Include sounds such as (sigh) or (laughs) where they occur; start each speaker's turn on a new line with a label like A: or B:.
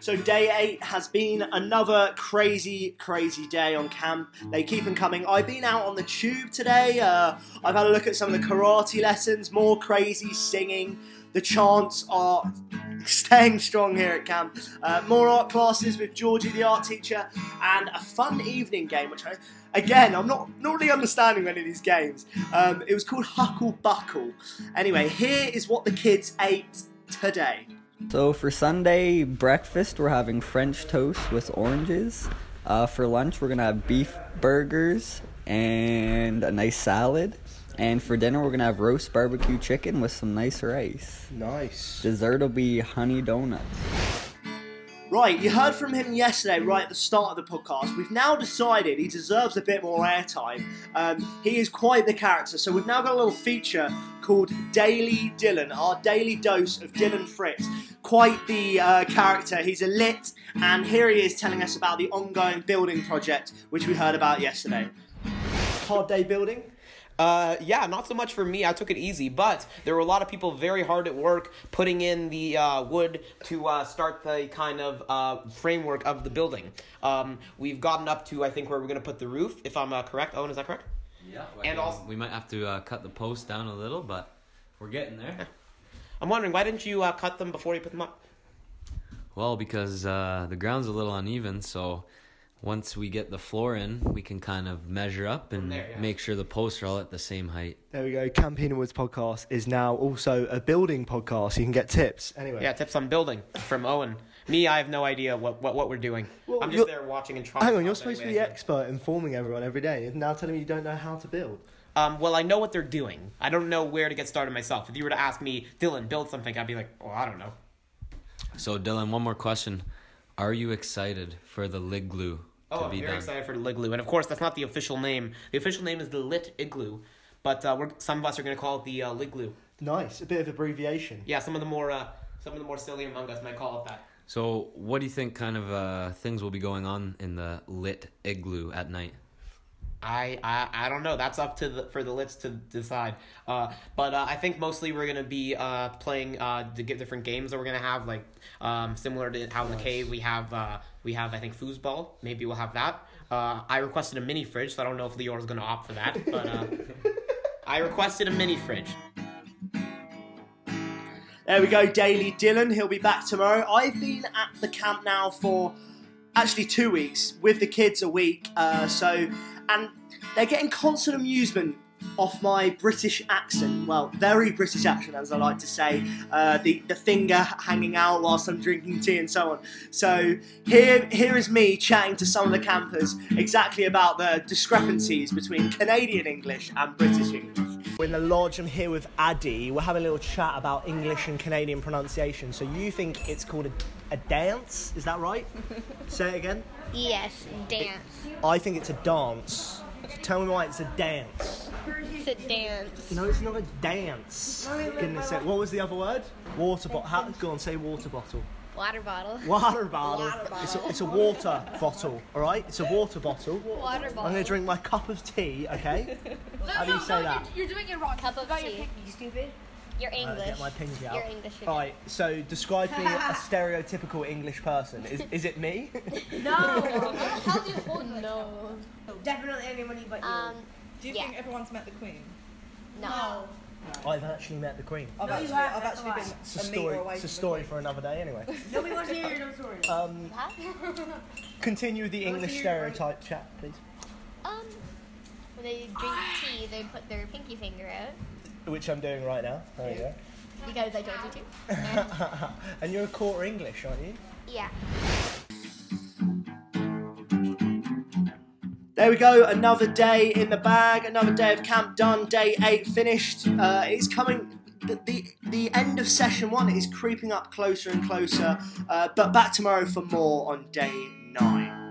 A: So day eight has been another crazy, crazy day on camp. They keep them coming. I've been out on the tube today. Uh, I've had a look at some of the karate lessons, more crazy singing. The chants are (laughs) staying strong here at camp. Uh, more art classes with Georgie, the art teacher, and a fun evening game, which I, again, I'm not, not really understanding any of these games. Um, it was called Huckle Buckle. Anyway, here is what the kids ate today.
B: So for Sunday breakfast, we're having French toast with oranges. Uh, for lunch, we're gonna have beef burgers and a nice salad. And for dinner, we're gonna have roast barbecue chicken with some nice rice.
C: Nice.
B: Dessert will be honey donuts.
A: Right, you heard from him yesterday, right at the start of the podcast. We've now decided he deserves a bit more airtime. Um, he is quite the character, so we've now got a little feature called Daily Dylan, our daily dose of Dylan Fritz. Quite the uh, character. He's a lit, and here he is telling us about the ongoing building project, which we heard about yesterday. Hard day building.
C: Uh, yeah, not so much for me. I took it easy, but there were a lot of people very hard at work putting in the uh, wood to uh, start the kind of uh, framework of the building. Um, we've gotten up to I think where we're gonna put the roof, if I'm uh, correct. Owen, is that correct?
D: Yeah.
C: And also-
D: we might have to uh, cut the post down a little, but we're getting there.
C: I'm wondering why didn't you uh, cut them before you put them up?
D: Well, because uh, the ground's a little uneven, so once we get the floor in, we can kind of measure up and
C: there, yeah.
D: make sure the posts are all at the same height.
E: There we go. Camp Inwards podcast is now also a building podcast. You can get tips. Anyway,
C: Yeah, tips on building from Owen. Me, I have no idea what what, what we're doing. I'm just
E: you're-
C: there watching and trying.
E: hang on. You're
C: help
E: supposed to
C: any
E: be
C: way
E: the
C: I can.
E: expert informing everyone every day. You're now telling me you don't know how to build.
C: Um, well, I know what they're doing. I don't know where to get started myself. If you were to ask me, Dylan, build something, I'd be like, well, I don't know.
D: So, Dylan, one more question: Are you excited for the lid glue
C: Oh,
D: to
C: I'm
D: be
C: very
D: done?
C: excited for the Ligloo. And of course, that's not the official name. The official name is the Lit Igloo. But uh, we're, some of us are going to call it the uh, Ligloo.
E: Nice, a bit of abbreviation.
C: Yeah, some of the more uh, some of the more silly among us might call it that.
D: So, what do you think kind of uh, things will be going on in the lit igloo at night?
C: I, I I don't know. That's up to the for the lits to decide. Uh, but uh, I think mostly we're gonna be uh, playing uh, the get different games that we're gonna have like um, similar to how in the cave we have uh, we have I think foosball. Maybe we'll have that. Uh, I requested a mini fridge, so I don't know if Lior's gonna opt for that. But
D: (laughs)
C: uh, I requested a mini fridge.
A: There we go, Daily Dylan. He'll be back tomorrow. I've been at the camp now for actually two weeks with the kids a week. Uh, so, and they're getting constant amusement off my British accent. Well, very British accent, as I like to say. Uh, the the finger hanging out whilst I'm drinking tea and so on. So here here is me chatting to some of the campers exactly about the discrepancies between Canadian English and British English.
E: We're in the lodge. I'm here with Addy. We're having a little chat about English and Canadian pronunciation. So you think it's called a, a dance? Is that
F: (laughs)
E: right? Say it again.
F: Yes, dance.
E: I think it's a dance. Tell me why it's a dance.
F: It's a dance.
E: No, it's not a dance. Goodness sake. What was the other word? Water bottle. Go on, say water bottle.
F: Water bottle.
E: Water bottle.
F: Water bottle.
E: It's, a, it's a water bottle, all right? It's a water bottle.
F: Water bottle.
E: I'm going to drink my cup of tea,
F: (laughs)
E: okay? How do you say that?
G: You're doing it wrong.
F: Cup of
G: Got your
F: tea.
G: pick, you stupid.
F: Your
E: Uh,
F: English.
E: get my pinky out. Oh,
F: Your English.
E: All right, so describe me
F: (laughs)
E: a stereotypical English person. Is, is it me?
G: (laughs) No.
F: How do you hold No.
G: Oh, Definitely anybody but you.
F: Um,
H: Do you
F: Yeah.
H: think everyone's met the Queen?
F: no.
E: I've actually met the Queen.
H: I've
G: No, you
H: actually, I've
G: haven't, Oh, that's
H: actually
G: a
H: been
G: lie.
E: It's a
H: meter
E: story,
H: away
E: it's a
H: from the
E: story
H: Queen.
E: for another day, anyway.
G: Nobody wants to hear your dumb story.
E: Um,
F: What?
E: continue the English
G: your-
E: stereotype chat, please.
F: um, when they drink tea, they put their pinky finger out
E: Which I'm doing right now. There you go.
F: because I told you to.
G: (gasps)
E: and you're a quarter English, aren't you?
F: Yeah.
A: There we go, another day in the bag, another day of camp done, day eight finished. Uh, it's coming, the, the, the end of session one is creeping up closer and closer, uh, but back tomorrow for more on day nine.